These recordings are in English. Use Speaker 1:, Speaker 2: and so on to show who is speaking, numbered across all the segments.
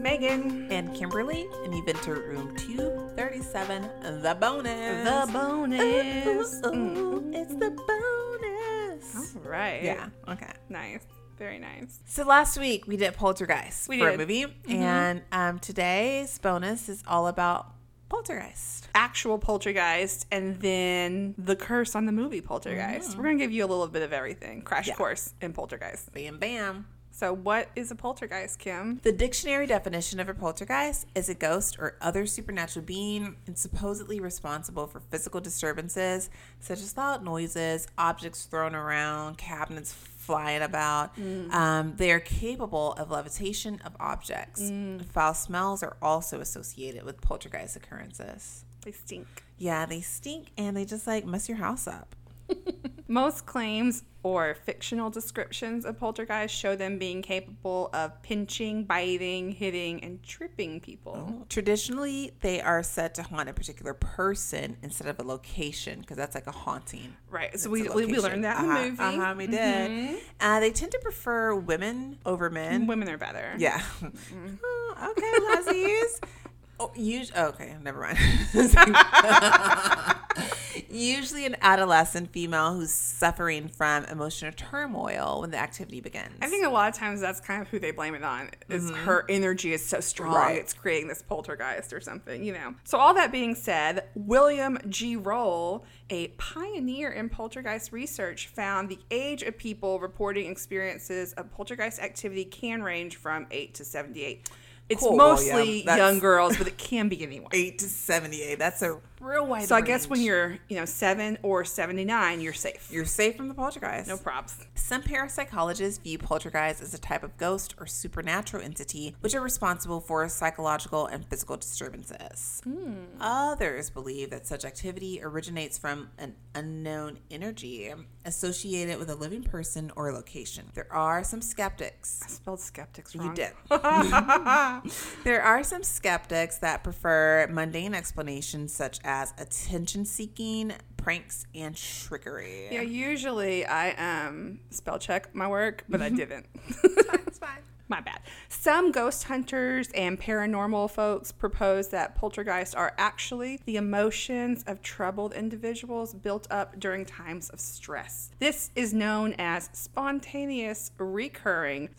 Speaker 1: Megan.
Speaker 2: and Kimberly, and you've entered room 237, the bonus.
Speaker 1: The bonus. Mm. Oh,
Speaker 2: Ooh, ooh, ooh, it's the bonus.
Speaker 1: All right.
Speaker 2: Yeah, okay.
Speaker 1: Nice. Very nice.
Speaker 2: So last week we did Poltergeist
Speaker 1: We
Speaker 2: for a
Speaker 1: did. Mm-hmm.
Speaker 2: movie, and um, today's bonus is all about Poltergeist.
Speaker 1: Actual poltergeist and then the curse on the movie poltergeist. We're going to give you a little bit of everything crash course in poltergeist.
Speaker 2: Bam, bam.
Speaker 1: So, what is a poltergeist, Kim?
Speaker 2: The dictionary definition of a poltergeist is a ghost or other supernatural being and supposedly responsible for physical disturbances such as loud noises, objects thrown around, cabinets flying about. Um, they are capable of levitation of objects. Foul smells are also associated with poltergeist occurrences.
Speaker 1: They stink.
Speaker 2: Yeah, they stink and they just like mess your house up.
Speaker 1: Most claims or fictional descriptions of poltergeist show them being capable of pinching, biting, hitting, and tripping people.
Speaker 2: Traditionally, they are said to haunt a particular person instead of a location because that's like a haunting.
Speaker 1: Right. So,
Speaker 2: It's
Speaker 1: we,
Speaker 2: a
Speaker 1: we, we
Speaker 2: location.
Speaker 1: learned that in
Speaker 2: uh-huh,
Speaker 1: the movie. Mm-hmm.
Speaker 2: Uh-huh, we did. Uh, they tend to prefer women over men.
Speaker 1: Women are better.
Speaker 2: Yeah.
Speaker 1: Mm-hmm.
Speaker 2: Oh, okay, Lazies. Oh, us- okay, never mind. Usually an adolescent female who's suffering from emotional turmoil when the activity begins.
Speaker 1: I think a lot of times that's kind of who they blame it on. Is her energy is so strong,
Speaker 2: Mm-hmm. Right.
Speaker 1: it's creating this poltergeist or something, you know. So all that being said, William G. Roll, a pioneer in poltergeist research, found the age of people reporting experiences of poltergeist activity can range from eight to seventy-eight. It's
Speaker 2: Cool,
Speaker 1: mostly
Speaker 2: William. That's-
Speaker 1: young girls, but it can be anyone.
Speaker 2: 8 to 78. That's a real wide
Speaker 1: So I guess when
Speaker 2: range.
Speaker 1: you're, you know, seven or seventy-nine, you're safe.
Speaker 2: you're safe from the poltergeist.
Speaker 1: no props.
Speaker 2: Some parapsychologists view poltergeists as a type of ghost or supernatural entity which are responsible for psychological and physical disturbances. Others believe that such activity originates from an unknown energy associated with a living person or location. There are some skeptics
Speaker 1: I spelled skeptics wrong.
Speaker 2: you did. there are some skeptics that prefer mundane explanations such as attention seeking, pranks, and trickery.
Speaker 1: Yeah, usually I um spell check my work, but I didn't.
Speaker 2: It's fine.
Speaker 1: my bad. Some ghost hunters and paranormal folks propose that poltergeists are actually the emotions of troubled individuals built up during times of stress. This is known as spontaneous recurring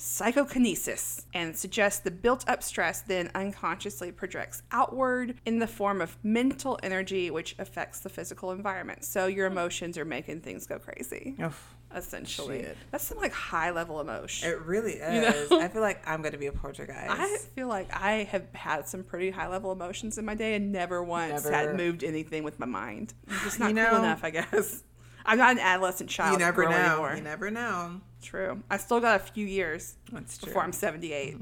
Speaker 1: psychokinesis and suggests the built up stress then unconsciously projects outward in the form of mental energy, which affects the physical environment. So your emotions are making things go crazy
Speaker 2: Oof.
Speaker 1: essentially.
Speaker 2: Shit.
Speaker 1: That's some like high level emotion.
Speaker 2: It really is. I feel like I'm gonna be a poltergeist.
Speaker 1: I feel like I have had some pretty high level emotions in my day and never once had
Speaker 2: Never.
Speaker 1: moved anything with my mind. I'm just not
Speaker 2: You
Speaker 1: cool
Speaker 2: know-
Speaker 1: enough, I guess. I'm not an adolescent child.
Speaker 2: you never
Speaker 1: girl
Speaker 2: know.
Speaker 1: Anymore.
Speaker 2: You never know.
Speaker 1: True. I still got a few years
Speaker 2: That's true.
Speaker 1: before I'm 78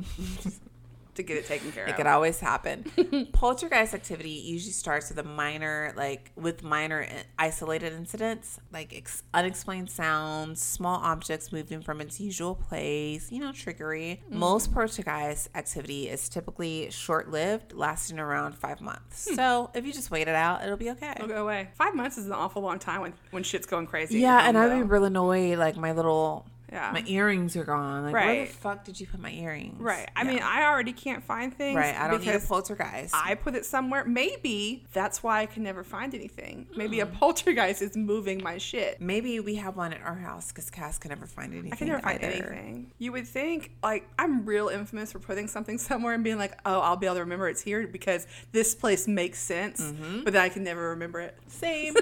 Speaker 1: to get it taken care
Speaker 2: it
Speaker 1: of.
Speaker 2: could always happen. Poltergeist activity usually starts with a minor, like with minor i- isolated incidents, like ex- unexplained sounds, small objects moving from its usual place, you know, trickery. Most poltergeist activity is typically short lived, lasting around five months. So if you just wait it out, it'll be Hmm. okay.
Speaker 1: It'll go away. Five months is an awful long time when, when shit's going crazy. at your
Speaker 2: Yeah,
Speaker 1: home,
Speaker 2: and I'd be
Speaker 1: though.
Speaker 2: real annoyed. Like my little,
Speaker 1: Yeah.
Speaker 2: my earrings are gone. Like where the
Speaker 1: Right.
Speaker 2: fuck did you put my earrings?
Speaker 1: Right. I
Speaker 2: Yeah.
Speaker 1: mean, I already can't find things.
Speaker 2: right. I don't need a
Speaker 1: because
Speaker 2: poltergeist.
Speaker 1: I put it somewhere. Maybe that's why I can never find anything. Maybe a poltergeist is moving my shit.
Speaker 2: Maybe we have one at our house because Cass can never find anything.
Speaker 1: I can never find
Speaker 2: either.
Speaker 1: anything. You would think, like, I'm real infamous for putting something somewhere and being like, oh, I'll be able to remember it's here because this place makes sense, but then I can never remember it.
Speaker 2: Same.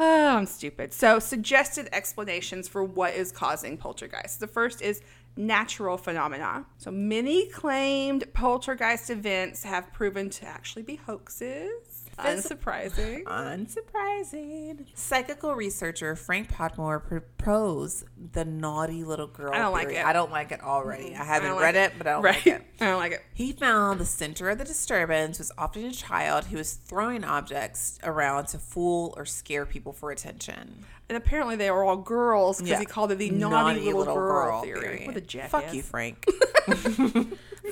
Speaker 1: Oh, I'm stupid. So, suggested explanations for what is causing poltergeists. The first is natural phenomena. So, many claimed poltergeist events have proven to actually be hoaxes. Unsurprising.
Speaker 2: Unsurprising. Psychical researcher Frank Podmore proposed the naughty little girl.
Speaker 1: I don't like
Speaker 2: theory.
Speaker 1: it.
Speaker 2: I don't like it already. I haven't
Speaker 1: don't like
Speaker 2: read it, but I don't like it.
Speaker 1: I don't like it.
Speaker 2: He found the center of the disturbance was often a child who was throwing objects around to fool or scare people for attention.
Speaker 1: And apparently they were all girls because
Speaker 2: Yeah.
Speaker 1: he called it the naughty, little, girl, theory. What a jackass.
Speaker 2: Fuck you, Frank.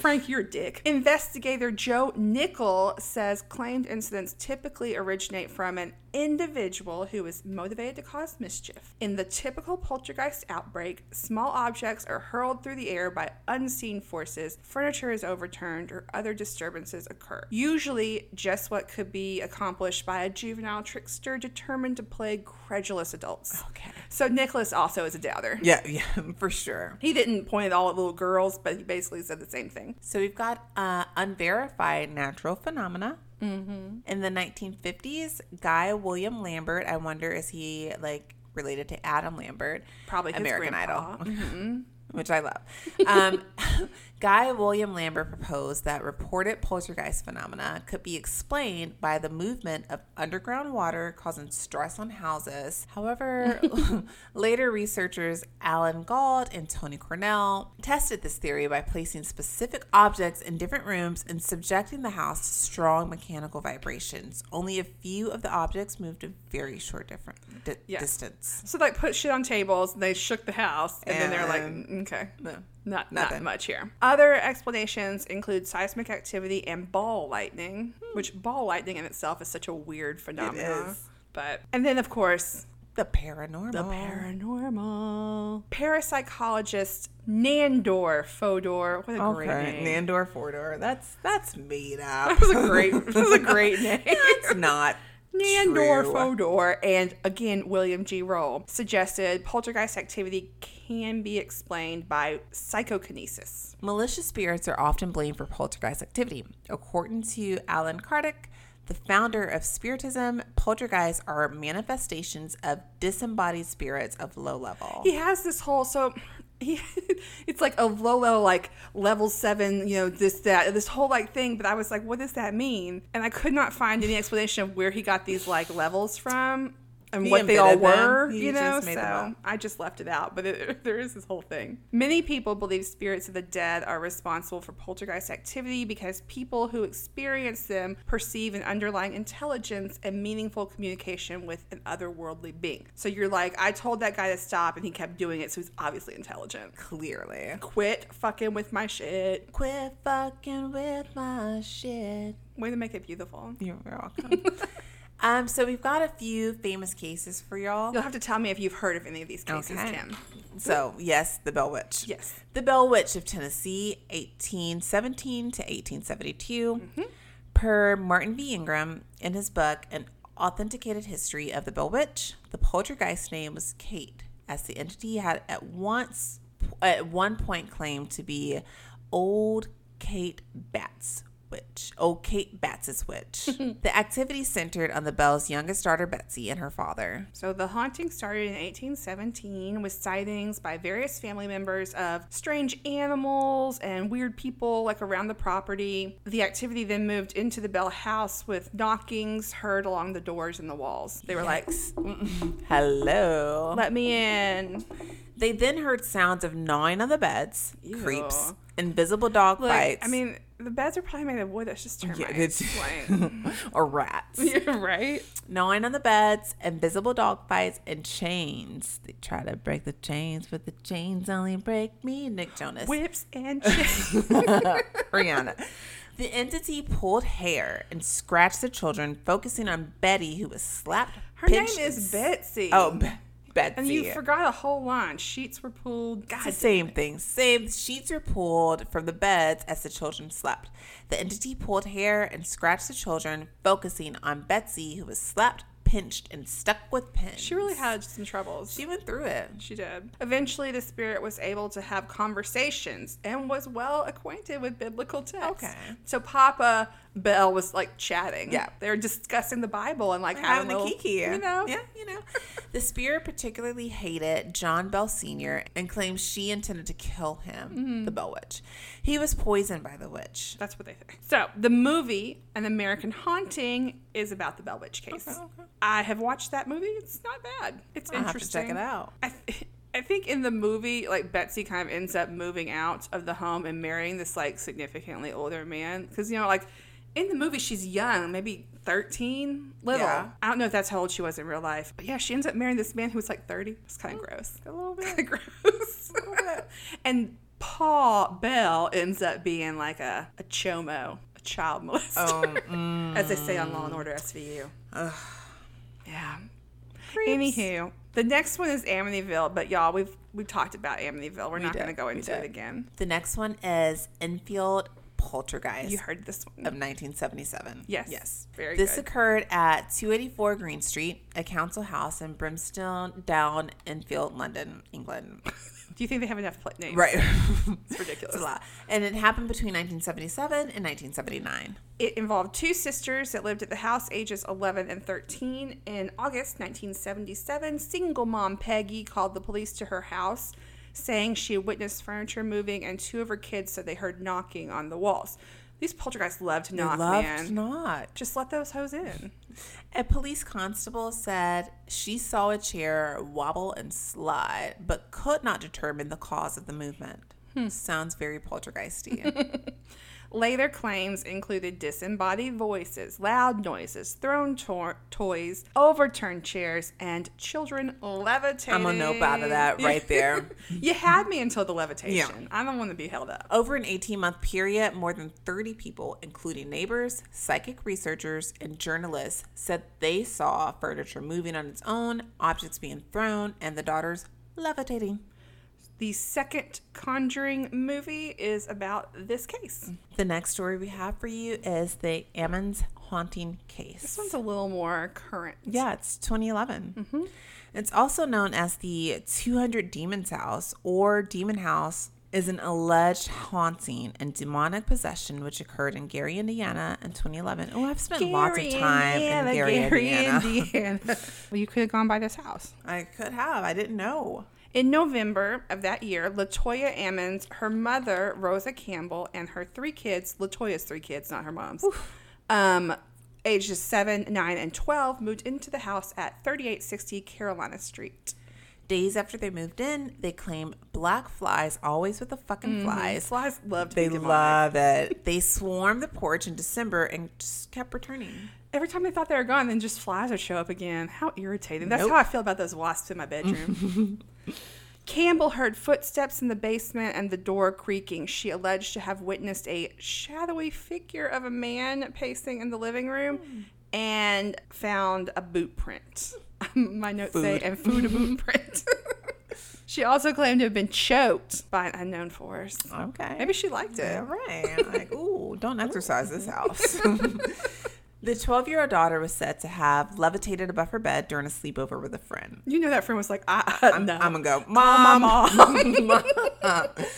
Speaker 1: Frank, you're a dick. Investigator Joe Nickel says claimed incidents typically originate from an individual who is motivated to cause mischief. In the typical poltergeist outbreak, small objects are hurled through the air by unseen forces, furniture is overturned, or other disturbances occur. Usually, just what could be accomplished by a juvenile trickster determined to plague credulous adults.
Speaker 2: Okay.
Speaker 1: So, Nicholas also is a doubter.
Speaker 2: Yeah, yeah, for sure.
Speaker 1: He didn't point at all at little girls, but he basically said the same thing.
Speaker 2: So we've got uh, unverified natural phenomena.
Speaker 1: Mm-hmm.
Speaker 2: In the 1950s, Guy William Lambert, I wonder is he like related to Adam Lambert?
Speaker 1: Probably his
Speaker 2: American
Speaker 1: grandpa.
Speaker 2: Idol, which I love. Um, Guy William Lambert proposed that reported poltergeist phenomena could be explained by the movement of underground water causing stress on houses. However, later researchers Alan Gauld and Tony Cornell tested this theory by placing specific objects in different rooms and subjecting the house to strong mechanical vibrations. Only a few of the objects moved a very short different di-
Speaker 1: Yes.
Speaker 2: distance.
Speaker 1: So like put shit on tables and they shook the house and, then they're like,
Speaker 2: And-
Speaker 1: "Mm, okay.
Speaker 2: No.
Speaker 1: Not not
Speaker 2: nothing.
Speaker 1: much here. Other explanations include seismic activity and ball lightning, which ball lightning in itself is such a weird phenomenon.
Speaker 2: Hmm. is. Oh.
Speaker 1: But and then of course
Speaker 2: The paranormal.
Speaker 1: the paranormal. Parapsychologist Nandor Fodor. What a
Speaker 2: Okay.
Speaker 1: great name.
Speaker 2: Nandor Fordor. That's that's made up.
Speaker 1: That was a great that was a great name.
Speaker 2: That's not
Speaker 1: Nandor
Speaker 2: true.
Speaker 1: Fodor and again William G. Roll suggested poltergeist activity can be explained by psychokinesis.
Speaker 2: Malicious spirits are often blamed for poltergeist activity. According to Alan Kardec, the founder of Spiritism, poltergeists are manifestations of disembodied spirits of low level.
Speaker 1: He has this whole so he it's like a low level like level seven, you know, this that this whole like thing, but I was like, what does that mean? And I could not find any explanation of where he got these like levels from and
Speaker 2: He
Speaker 1: what they all
Speaker 2: invented them.
Speaker 1: were,
Speaker 2: He
Speaker 1: you know.
Speaker 2: just made them
Speaker 1: So
Speaker 2: up.
Speaker 1: I just left it out, but it, there is this whole thing. Many people believe spirits of the dead are responsible for poltergeist activity because people who experience them perceive an underlying intelligence and meaningful communication with an otherworldly being. So you're like, I told that guy to stop and he kept doing it, so he's obviously intelligent.
Speaker 2: Clearly.
Speaker 1: Quit fucking with my shit.
Speaker 2: Quit fucking with my shit.
Speaker 1: Way to make it beautiful.
Speaker 2: You're welcome. um, so we've got a few famous cases for y'all.
Speaker 1: You'll have to tell me if you've heard of any of these cases,
Speaker 2: Okay.
Speaker 1: Kim.
Speaker 2: So, yes, the Bell Witch.
Speaker 1: Yes.
Speaker 2: The Bell Witch of Tennessee, 1817 to 1872. Per Martin V. Ingram in his book, An Authenticated History of the Bell Witch, the poltergeist name was Kate, as the entity had at once, at one point claimed to be old Kate Batts, witch. Oh, Kate Batts's witch. the activity centered on the Bell's youngest daughter, Betsy, and her father.
Speaker 1: So the haunting started in 1817 with sightings by various family members of strange animals and weird people like around the property. The activity then moved into the Bell house with knockings heard along the doors and the walls. They were like,
Speaker 2: Hello.
Speaker 1: "Let me in."
Speaker 2: They then heard sounds of gnawing on the beds, creeps, invisible dog
Speaker 1: Like,
Speaker 2: bites.
Speaker 1: I mean, the beds are probably made of wood. That's just
Speaker 2: Yeah,
Speaker 1: termites.
Speaker 2: it's-
Speaker 1: like,
Speaker 2: or rats.
Speaker 1: yeah, right?
Speaker 2: Gnawing on the beds, invisible dog bites, and chains. They try to break the chains, but the chains only break me, Nick Jonas.
Speaker 1: Whips and shit.
Speaker 2: Rihanna. The entity pulled hair and scratched the children, focusing on Betty, who was slapped.
Speaker 1: Her
Speaker 2: pinched,
Speaker 1: name
Speaker 2: and
Speaker 1: is Betsy.
Speaker 2: Oh, B- Betsy.
Speaker 1: and you forgot a whole line. Sheets were pulled.
Speaker 2: It's
Speaker 1: God,
Speaker 2: the same thing. Same. The sheets were pulled from the beds as the children slept. The entity pulled hair and scratched the children, focusing on Betsy, who was slapped, pinched, and stuck with pins.
Speaker 1: she really had some troubles.
Speaker 2: She went through it.
Speaker 1: She did. Eventually, the spirit was able to have conversations and was well acquainted with biblical texts.
Speaker 2: Okay.
Speaker 1: So Papa Bell was like chatting.
Speaker 2: Yeah.
Speaker 1: They were discussing the Bible and like having,
Speaker 2: Having
Speaker 1: a
Speaker 2: the
Speaker 1: little-
Speaker 2: kiki,
Speaker 1: You know?
Speaker 2: yeah, you know. the spirit particularly hated John Bell Senior and claimed she intended to kill him,
Speaker 1: Mm-hmm.
Speaker 2: the Bell Witch. He was poisoned by the witch.
Speaker 1: That's what they think. So the movie An American Haunting is about the Bell Witch case.
Speaker 2: Okay, okay.
Speaker 1: I have watched that movie. It's not bad. It's
Speaker 2: I'll have to
Speaker 1: interesting.
Speaker 2: check it out.
Speaker 1: I, th- I think in the movie, like Betsy kind of ends up moving out of the home and marrying this like significantly older man because you know like in the movie she's young, maybe thirteen, little.
Speaker 2: Yeah.
Speaker 1: I don't know if that's how old she was in real life, but yeah, she ends up marrying this man who was like thirty. It's kind of gross.
Speaker 2: A little bit.
Speaker 1: Kind of gross. and Paul Bell ends up being like a, a chomo, a child molester, as they say on Law and Order SVU. Yeah. Anywho, the next one is Amityville, but y'all, we've we talked about Amityville. We're not
Speaker 2: did,
Speaker 1: going to go
Speaker 2: we
Speaker 1: into
Speaker 2: did.
Speaker 1: it again.
Speaker 2: The next one is Enfield Poltergeist
Speaker 1: You heard this one.
Speaker 2: of 1977.
Speaker 1: Yes.
Speaker 2: Yes.
Speaker 1: Very
Speaker 2: this
Speaker 1: good.
Speaker 2: occurred at 284 Green Street, a council house in Brimstone Down, Enfield, London, England.
Speaker 1: Do you think they have enough pla- names?
Speaker 2: Right.
Speaker 1: It's ridiculous.
Speaker 2: it's a lot. And it happened between 1977 and 1979.
Speaker 1: It involved two sisters that lived at the house ages 11 and 13. In August 1977, single mom Peggy called the police to her house saying she witnessed furniture moving and two of her kids said they heard knocking on the walls. These poltergeists love to knock,
Speaker 2: Loved
Speaker 1: man.
Speaker 2: not.
Speaker 1: Just let those hoes in.
Speaker 2: A police constable said she saw a chair wobble and slide, but could not determine the cause of the movement.
Speaker 1: Hmm.
Speaker 2: Sounds very poltergeisty.
Speaker 1: Later claims included disembodied voices, loud noises, thrown to- toys, overturned chairs, and children levitating.
Speaker 2: I'm gonna know about that right there.
Speaker 1: you had me until the levitation. I don't want to be held up.
Speaker 2: Over an 18 month period, more than 30 people, including neighbors, psychic researchers, and journalists, said they saw furniture moving on its own, objects being thrown, and the daughters levitating.
Speaker 1: The second Conjuring movie is about this case.
Speaker 2: The next story we have for you is the Ammons haunting case.
Speaker 1: This one's a little more current.
Speaker 2: Yeah, it's Mm-hmm. 2011. It's also known as the 200 Demons House or Demon House is an alleged haunting and demonic possession which occurred in Gary, Indiana in 2011. Oh, I've spent lots of time in Gary, Indiana.
Speaker 1: Indiana. well, you could have gone by this house.
Speaker 2: I could have. I didn't know.
Speaker 1: In November of that year, Latoya Ammons, her mother Rosa Campbell, and her three kids Latoya's three kids, not her mom's. Um, ages seven, nine, and twelve moved into the house at 3860 Carolina Street.
Speaker 2: Days after they moved in, they claim black flies, always with the fucking Mm-hmm. flies.
Speaker 1: Flies loved.
Speaker 2: They love it. They swarmed the porch in December and just kept returning.
Speaker 1: Every time they thought they were gone, then just flies would show up again. How irritating. That's
Speaker 2: Nope.
Speaker 1: how I feel about those wasps in my bedroom. Campbell heard footsteps in the basement and the door creaking. She alleged to have witnessed a shadowy figure of a man pacing in the living room and found a boot print. My notes say, and food a boot print. she also claimed to have been choked by an unknown force.
Speaker 2: Okay.
Speaker 1: Maybe she liked it.
Speaker 2: All right. Like, ooh, don't exercise this house. the 12 year old daughter was said to have levitated above her bed during a sleepover with a friend.
Speaker 1: You know, that friend was like, I, I,
Speaker 2: I'm,
Speaker 1: no.
Speaker 2: I'm gonna go, mom.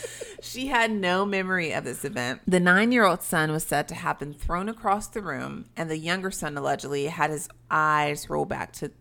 Speaker 2: she had no memory of this event. The nine year old son was said to have been thrown across the room, and the younger son allegedly had his eyes roll back to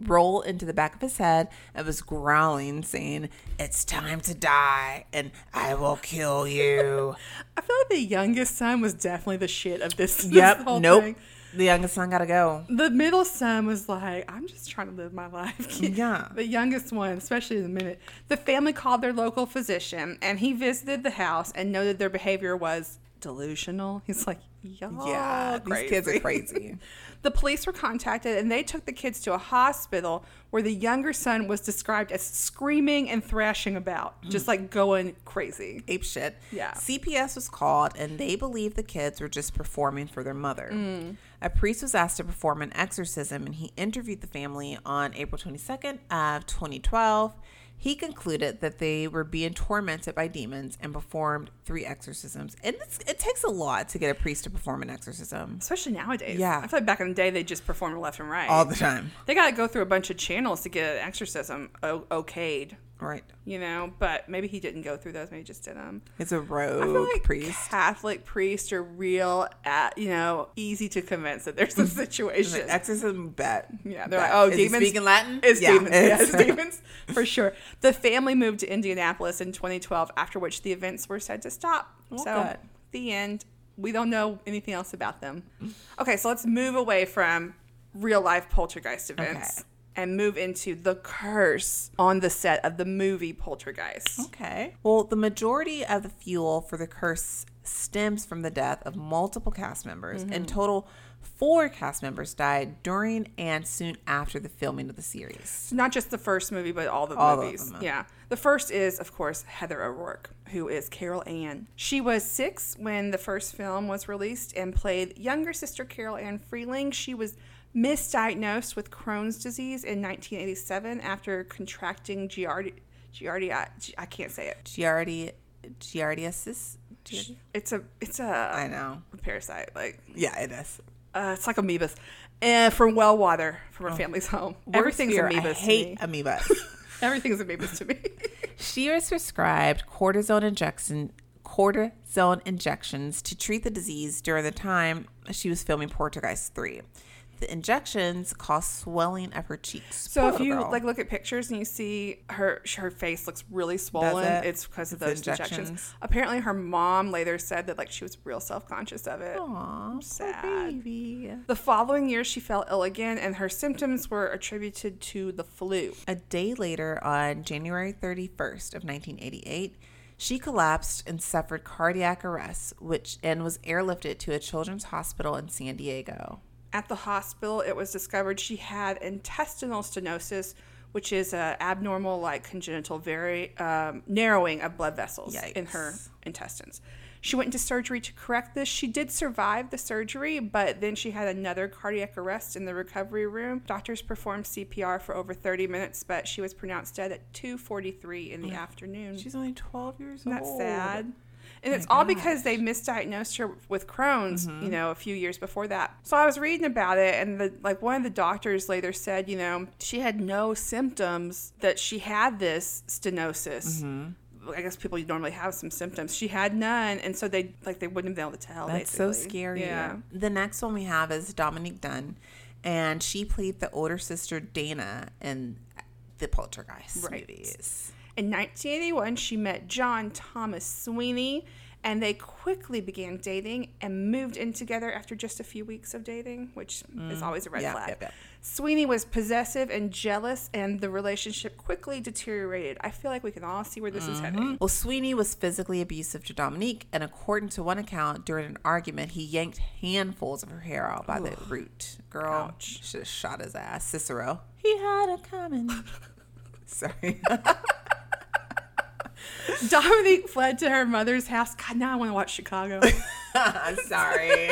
Speaker 2: roll into the back of his head and was growling, saying, It's time to die, and I will kill you.
Speaker 1: I feel like the youngest son was definitely the shit of this, this
Speaker 2: Yep.
Speaker 1: whole
Speaker 2: Nope.
Speaker 1: thing.
Speaker 2: The youngest son gotta go.
Speaker 1: The middle son was like, I'm just trying to live my life. kid."
Speaker 2: Yeah.
Speaker 1: The youngest one, especially in the minute. The family called their local physician and he visited the house and noted their behavior was delusional. He's like, y'all
Speaker 2: Yeah, these kids are
Speaker 1: Oh, crazy."
Speaker 2: crazy.
Speaker 1: The police were contacted and they took the kids to a hospital where the younger son was described as screaming and thrashing about,
Speaker 2: Mm.
Speaker 1: just like going crazy.
Speaker 2: Ape shit.
Speaker 1: Yeah.
Speaker 2: CPS was called, and they believed the kids were just performing for their mother.
Speaker 1: Mm.
Speaker 2: A priest was asked to perform an exorcism, and he interviewed the family on April 22nd of 2012. He concluded that they were being tormented by demons and performed three exorcisms. And it's, it takes a lot to get a priest to perform an exorcism
Speaker 1: Especially nowadays.
Speaker 2: Yeah.
Speaker 1: I feel like back in the day, they just performed left and right.
Speaker 2: all the time.
Speaker 1: they got to go through a bunch of channels to get an exorcism o- okayed,
Speaker 2: Right.
Speaker 1: you know. But maybe he didn't go through those. Maybe he just did them.
Speaker 2: It's a
Speaker 1: I feel
Speaker 2: rogue
Speaker 1: like
Speaker 2: priest.
Speaker 1: Catholic priests are real, at you know, easy to convince that there's a
Speaker 2: It's
Speaker 1: situation.
Speaker 2: Like exorcism bet.
Speaker 1: Yeah, they're
Speaker 2: Bet.
Speaker 1: like, oh,
Speaker 2: Is he
Speaker 1: demons.
Speaker 2: speaking Latin?
Speaker 1: It's
Speaker 2: Yeah,
Speaker 1: demons. Yeah,
Speaker 2: it's-
Speaker 1: it's demons for sure. The family moved to Indianapolis in 2012, after which the events were said to stop.
Speaker 2: Well,
Speaker 1: so
Speaker 2: good.
Speaker 1: the end. We don't know anything else about them. Okay, so let's move away from real life poltergeist events
Speaker 2: Okay.
Speaker 1: and move into the curse on the set of the movie Poltergeist.
Speaker 2: Okay. Well, the majority of the
Speaker 1: Mm-hmm.
Speaker 2: fuel for the curse stems from the death of multiple cast members. In total, Four cast members died during and soon after the filming of the series.
Speaker 1: Not just the first movie, but all the
Speaker 2: All of
Speaker 1: movies.
Speaker 2: them.
Speaker 1: Yeah. The first is, of course, Heather O'Rourke, who is Carol Ann. She was six when the first film was released and played younger sister Carol Ann Freeling. She was misdiagnosed with Crohn's disease in 1987 after contracting Giardi. Giardi, I, I can't say it.
Speaker 2: Giardi, Giardiasis? Giardi?
Speaker 1: It's a it's
Speaker 2: I
Speaker 1: a
Speaker 2: know.
Speaker 1: parasite. Like
Speaker 2: Yeah, it is.
Speaker 1: uh, it's like amoebas, and from well water from her family's home. Everything's
Speaker 2: Oh. fear, I
Speaker 1: amoebas.
Speaker 2: hate
Speaker 1: to me.
Speaker 2: amoebas.
Speaker 1: Everything's amoebas to me.
Speaker 2: She was prescribed cortisone injection cortisone injections to treat the disease during the time she was filming Poltergeist 3. The injections caused swelling of her cheeks.
Speaker 1: So if
Speaker 2: Poor
Speaker 1: you
Speaker 2: girl.
Speaker 1: like look at pictures and you see her her face looks really swollen,
Speaker 2: it?
Speaker 1: it's because of
Speaker 2: It's
Speaker 1: those
Speaker 2: the
Speaker 1: injections.
Speaker 2: injections.
Speaker 1: Apparently, her mom later said that like she was real self conscious of it.
Speaker 2: Aw, poor
Speaker 1: sad.
Speaker 2: baby.
Speaker 1: The following year, she fell ill again, and her symptoms were attributed to the flu.
Speaker 2: A day later, on January 31st of 1988, she collapsed and suffered cardiac arrest, which and was airlifted to a children's hospital in San Diego.
Speaker 1: At the hospital, it was discovered she had intestinal stenosis, which is a abnormal, like congenital, very um, narrowing of blood vessels in her
Speaker 2: Yikes.
Speaker 1: intestines. She went into surgery to correct this. She did survive the surgery, but then she had another cardiac arrest in the recovery room. Doctors performed CPR for over 30 minutes, but she was pronounced dead at 2:43 in the afternoon.
Speaker 2: She's only 12 years
Speaker 1: Isn't that
Speaker 2: old.
Speaker 1: sad? And it's all because they misdiagnosed her with Crohn's,
Speaker 2: Mm-hmm.
Speaker 1: you know, a few years before that. So I was reading about it, and the, like one of the doctors later said, you know, she had no symptoms that she had this stenosis.
Speaker 2: Mm-hmm.
Speaker 1: I guess people normally have some symptoms. She had none, and so they like they wouldn't have been able to tell.
Speaker 2: That's so
Speaker 1: basically.
Speaker 2: scary.
Speaker 1: Yeah.
Speaker 2: The next one we have is Dominique Dunn, and she played the older sister Dana in the Poltergeist
Speaker 1: Right.
Speaker 2: movies.
Speaker 1: In 1981, she met John Thomas Sweeney, and they quickly began dating and moved in together after just a few weeks of dating, which is always a red
Speaker 2: Mm. yeah,
Speaker 1: flag.
Speaker 2: yep, yep.
Speaker 1: Sweeney was possessive and jealous, and the relationship quickly deteriorated. I feel like we can all see where this is heading.
Speaker 2: Well, Sweeney was physically abusive to Dominique, and according to one account, during an argument, he yanked handfuls of her hair out by the root. Girl, should have shot his ass. Cicero, he had it coming. Sorry. Mm-hmm.
Speaker 1: Dominique fled to her mother's house. God, now I want to watch Chicago.
Speaker 2: I'm sorry.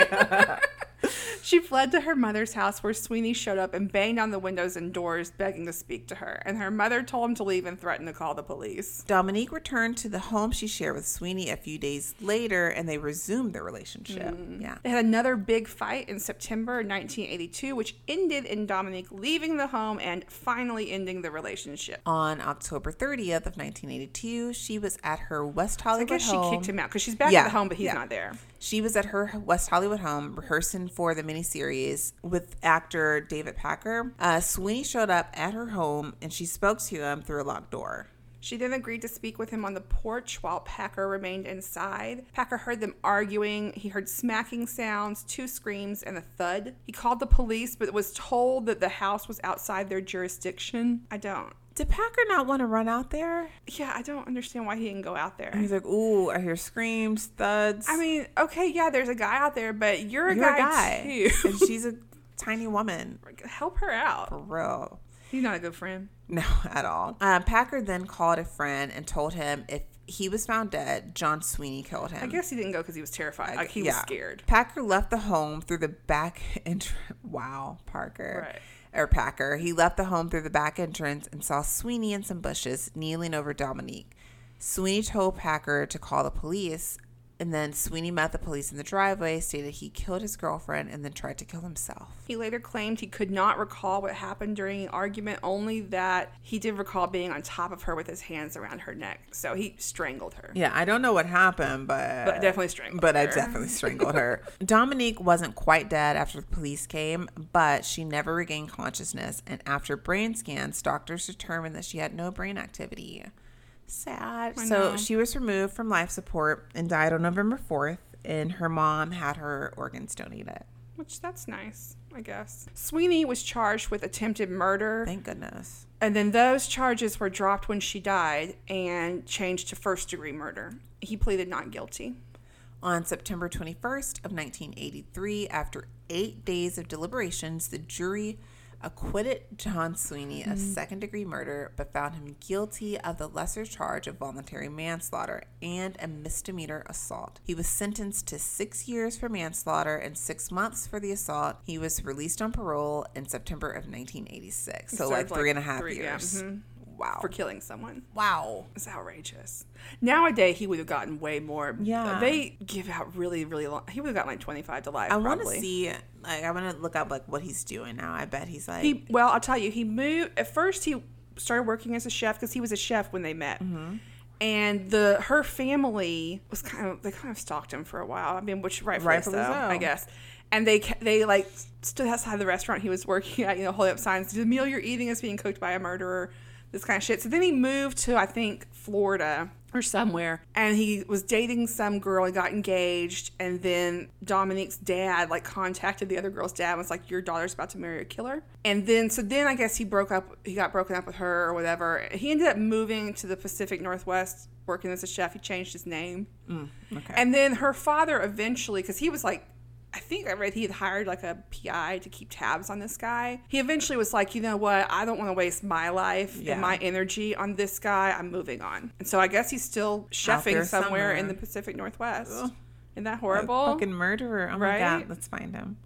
Speaker 1: She fled to her mother's house where Sweeney showed up and banged on the windows and doors, begging to speak to her. And her mother told him to leave and threatened to call the police.
Speaker 2: Dominique returned to the home she shared with Sweeney a few days later, and they resumed their relationship. Yeah.
Speaker 1: They had another big fight in September 1982, which ended in Dominique leaving the home and finally ending the relationship.
Speaker 2: On October 30th of 1982, she was at her West
Speaker 1: I
Speaker 2: Hollywood
Speaker 1: guess she
Speaker 2: home.
Speaker 1: kicked him out because she's back
Speaker 2: Yeah,
Speaker 1: at the home, but he's
Speaker 2: yeah.
Speaker 1: not there.
Speaker 2: She was at her West Hollywood home rehearsing for the miniseries with actor David Packer. Uh, Sweeney showed up at her home and she spoke to him through a locked door.
Speaker 1: She then agreed to speak with him on the porch while Packer remained inside. Packer heard them arguing. He heard smacking sounds, two screams, and a thud. He called the police, but was told that the house was outside their jurisdiction. I don't.
Speaker 2: Did Packer not want to run out there?
Speaker 1: Yeah, I don't understand why he didn't go out there.
Speaker 2: He's like, ooh, I hear screams, thuds.
Speaker 1: I mean, okay, yeah, there's a guy out there, but you're a
Speaker 2: You're
Speaker 1: guy, too.
Speaker 2: and she's a tiny woman.
Speaker 1: Help her out.
Speaker 2: For real.
Speaker 1: He's not a good friend.
Speaker 2: No, at all. Um, Packer then called a friend and told him if he was found dead, John Sweeney killed him.
Speaker 1: I guess he didn't go because he was terrified. Like, he was scared.
Speaker 2: Packer left the home through the back entrance. Wow, Parker.
Speaker 1: Right.
Speaker 2: Or Packer. He left the home through the back entrance and saw Sweeney in some bushes kneeling over Dominique. Sweeney told Packer to call the police, and then Sweeney met the police in the driveway, stated he killed his girlfriend, and then tried to kill himself.
Speaker 1: He later claimed he could not recall what happened during the argument, only that he did recall being on top of her with his hands around her neck. So he strangled her.
Speaker 2: Yeah, I don't know what happened, but
Speaker 1: But definitely strangled
Speaker 2: But I
Speaker 1: her.
Speaker 2: definitely strangled her. Dominique wasn't quite dead after the police came, but she never regained consciousness. And after brain scans, doctors determined that she had no brain activity. Sad.
Speaker 1: I
Speaker 2: so
Speaker 1: know.
Speaker 2: she was removed from life support and died on November 4th, and her mom had her organs donated.
Speaker 1: Which that's nice, I guess. Sweeney was charged with attempted murder,
Speaker 2: Thank goodness.
Speaker 1: and then those charges were dropped when she died and changed to first degree murder. He pleaded not guilty.
Speaker 2: On September 21st of 1983, after eight days of deliberations, the jury acquitted John Sweeney of
Speaker 1: Mm-hmm.
Speaker 2: second degree murder, but found him guilty of the lesser charge of voluntary manslaughter and a misdemeanor assault. He was sentenced to six years for manslaughter and six months for the assault. He was released on parole in September of 1986. So,
Speaker 1: So
Speaker 2: like
Speaker 1: it's like
Speaker 2: three and a half
Speaker 1: three- yeah, mm-hmm.
Speaker 2: years. Wow.
Speaker 1: for killing someone.
Speaker 2: wow.
Speaker 1: It's outrageous. Nowadays, he would have gotten way more. uh,
Speaker 2: Yeah.
Speaker 1: They give out really, really long. He would have gotten like 25 to life.
Speaker 2: I want to
Speaker 1: probably.
Speaker 2: see, like, I want to look up, like, what he's doing now. I bet he's like,
Speaker 1: He, well, I'll tell you, he moved. At first, he started working as a chef because he was a chef when they met.
Speaker 2: Mm-hmm.
Speaker 1: And the her family was kind of they kind of stalked him for a while. I mean, which rightfully,
Speaker 2: Rightfully
Speaker 1: so,
Speaker 2: so.
Speaker 1: I guess. And they ca- they like stood outside the restaurant he was working at, you know, holding up signs. The meal you're eating is being cooked by a murderer. This kind of shit. So then he moved to I think Florida or somewhere, and he was dating some girl and got engaged. And then Dominique's dad like contacted the other girl's dad and was like, "Your daughter's about to marry a killer." And then so then I guess he broke up. He got broken up with her or whatever. He ended up moving to the Pacific Northwest, working as a chef. He changed his name.
Speaker 2: okay.
Speaker 1: And then her father eventually, because he was like, I think I read he had hired like a PI to keep tabs on this guy. He eventually was like, you know what? I don't want to waste my life
Speaker 2: Yeah.
Speaker 1: and my energy on this guy. I'm moving on. And so I guess he's still chefing somewhere,
Speaker 2: there
Speaker 1: in
Speaker 2: somewhere.
Speaker 1: the Pacific Northwest.
Speaker 2: Ugh.
Speaker 1: Isn't that
Speaker 2: A
Speaker 1: horrible?
Speaker 2: Fucking murderer. Oh
Speaker 1: Right?
Speaker 2: my god, let's find him.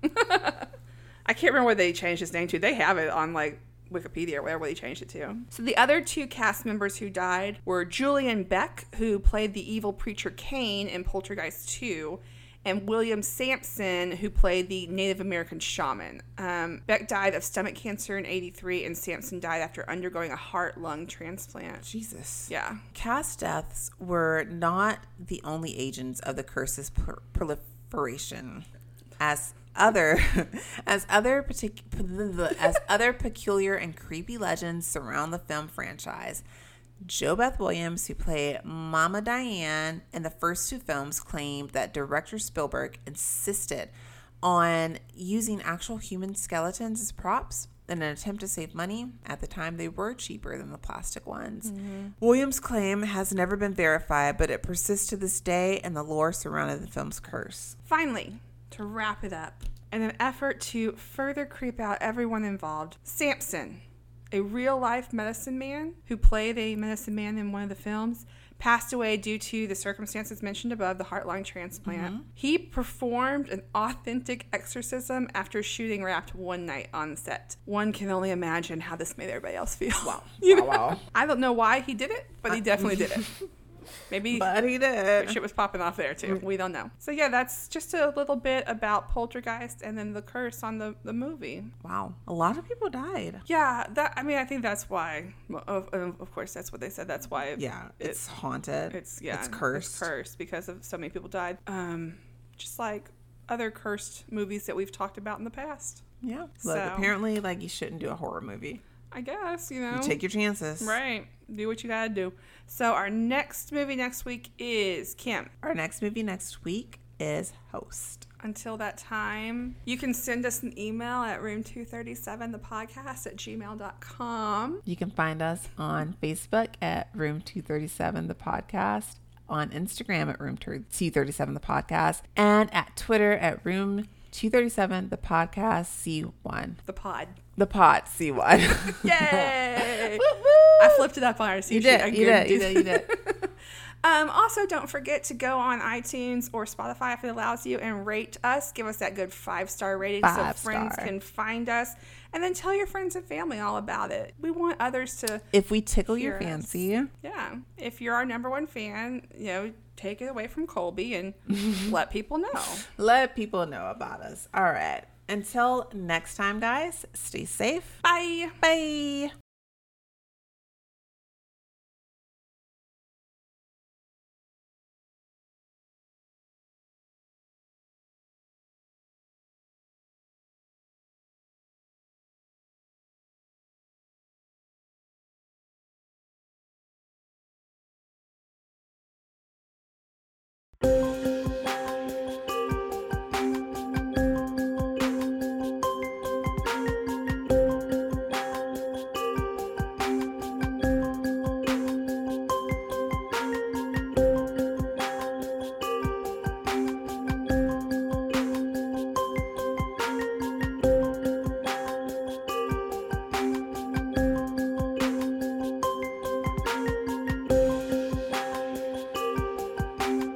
Speaker 1: I can't remember what they changed his name to. They have it on like Wikipedia or whatever they changed it to. So the other two cast members who died were Julian Beck, who played the evil preacher Cain in Poltergeist 2, and William Sampson, who played the Native American shaman. Um, Beck died of stomach cancer in 83, and Sampson died after undergoing a heart lung transplant.
Speaker 2: Jesus.
Speaker 1: Yeah.
Speaker 2: Cast deaths were not the only agents of the curse's pr- proliferation, as other as other partic- as other peculiar and creepy legends surround the film franchise. Jo Beth Williams, who played Mama Diane in the first two films, claimed that director Spielberg insisted on using actual human skeletons as props in an attempt to save money. At the time, they were cheaper than the plastic ones.
Speaker 1: Mm-hmm.
Speaker 2: Williams' claim has never been verified, but it persists to this day in the lore surrounding the film's curse.
Speaker 1: Finally, to wrap it up, in an effort to further creep out everyone involved, Samson, a real life medicine man who played a medicine man in one of the films, passed away due to the circumstances mentioned above the heart lung transplant. He performed an authentic exorcism after shooting Rapt one night on set. One can only imagine how this made everybody else feel. Oh, Wow.
Speaker 2: wow.
Speaker 1: I don't know why he did it, but he definitely did it. Maybe
Speaker 2: But he
Speaker 1: but
Speaker 2: did.
Speaker 1: shit was popping off there
Speaker 2: Mm.
Speaker 1: too. We don't know. So yeah, that's just a little bit about Poltergeist and then the curse on the, the movie.
Speaker 2: Wow. A lot of people died.
Speaker 1: Yeah, that I mean I think that's why. well, Of, of of course, that's what they said. That's why.
Speaker 2: Yeah.
Speaker 1: it-
Speaker 2: It's haunted.
Speaker 1: it's yeah,
Speaker 2: It's cursed.
Speaker 1: cursed because of so many people died. Um, just like other cursed movies that we've talked about in the past.
Speaker 2: Yeah. Look,
Speaker 1: So-
Speaker 2: apparently, like, you shouldn't do a horror movie.
Speaker 1: I guess you know.
Speaker 2: You take your chances.
Speaker 1: right. Do what you gotta do. So our next movie next week is Kim.
Speaker 2: Our next movie next week is Host.
Speaker 1: until that time, you can send us an email at room237, the podcast at gmail.com.
Speaker 2: You can find us on Facebook at Room 237 The Podcast, on Instagram at Room 237 The Podcast, and at Twitter at Room 237 The Podcast C1.
Speaker 1: The pod.
Speaker 2: The Pod C1.
Speaker 1: Yay! I
Speaker 2: Woo-hoo!
Speaker 1: flipped it up on our
Speaker 2: you
Speaker 1: seat. I
Speaker 2: did, you
Speaker 1: couldn't
Speaker 2: did, you did, you did.
Speaker 1: Um, also, don't forget to go on iTunes or Spotify if it allows you and rate us. Give us that good five star rating
Speaker 2: Five
Speaker 1: so friends
Speaker 2: star.
Speaker 1: can find us. And then tell your friends and family all about it. We want others to,
Speaker 2: If we tickle
Speaker 1: Hear
Speaker 2: your
Speaker 1: us.
Speaker 2: fancy,
Speaker 1: yeah. If you're our number one fan, you know, take it away from Colby and let people know.
Speaker 2: let people know about us. All right. Until next time, guys, stay safe.
Speaker 1: Bye.
Speaker 2: Bye.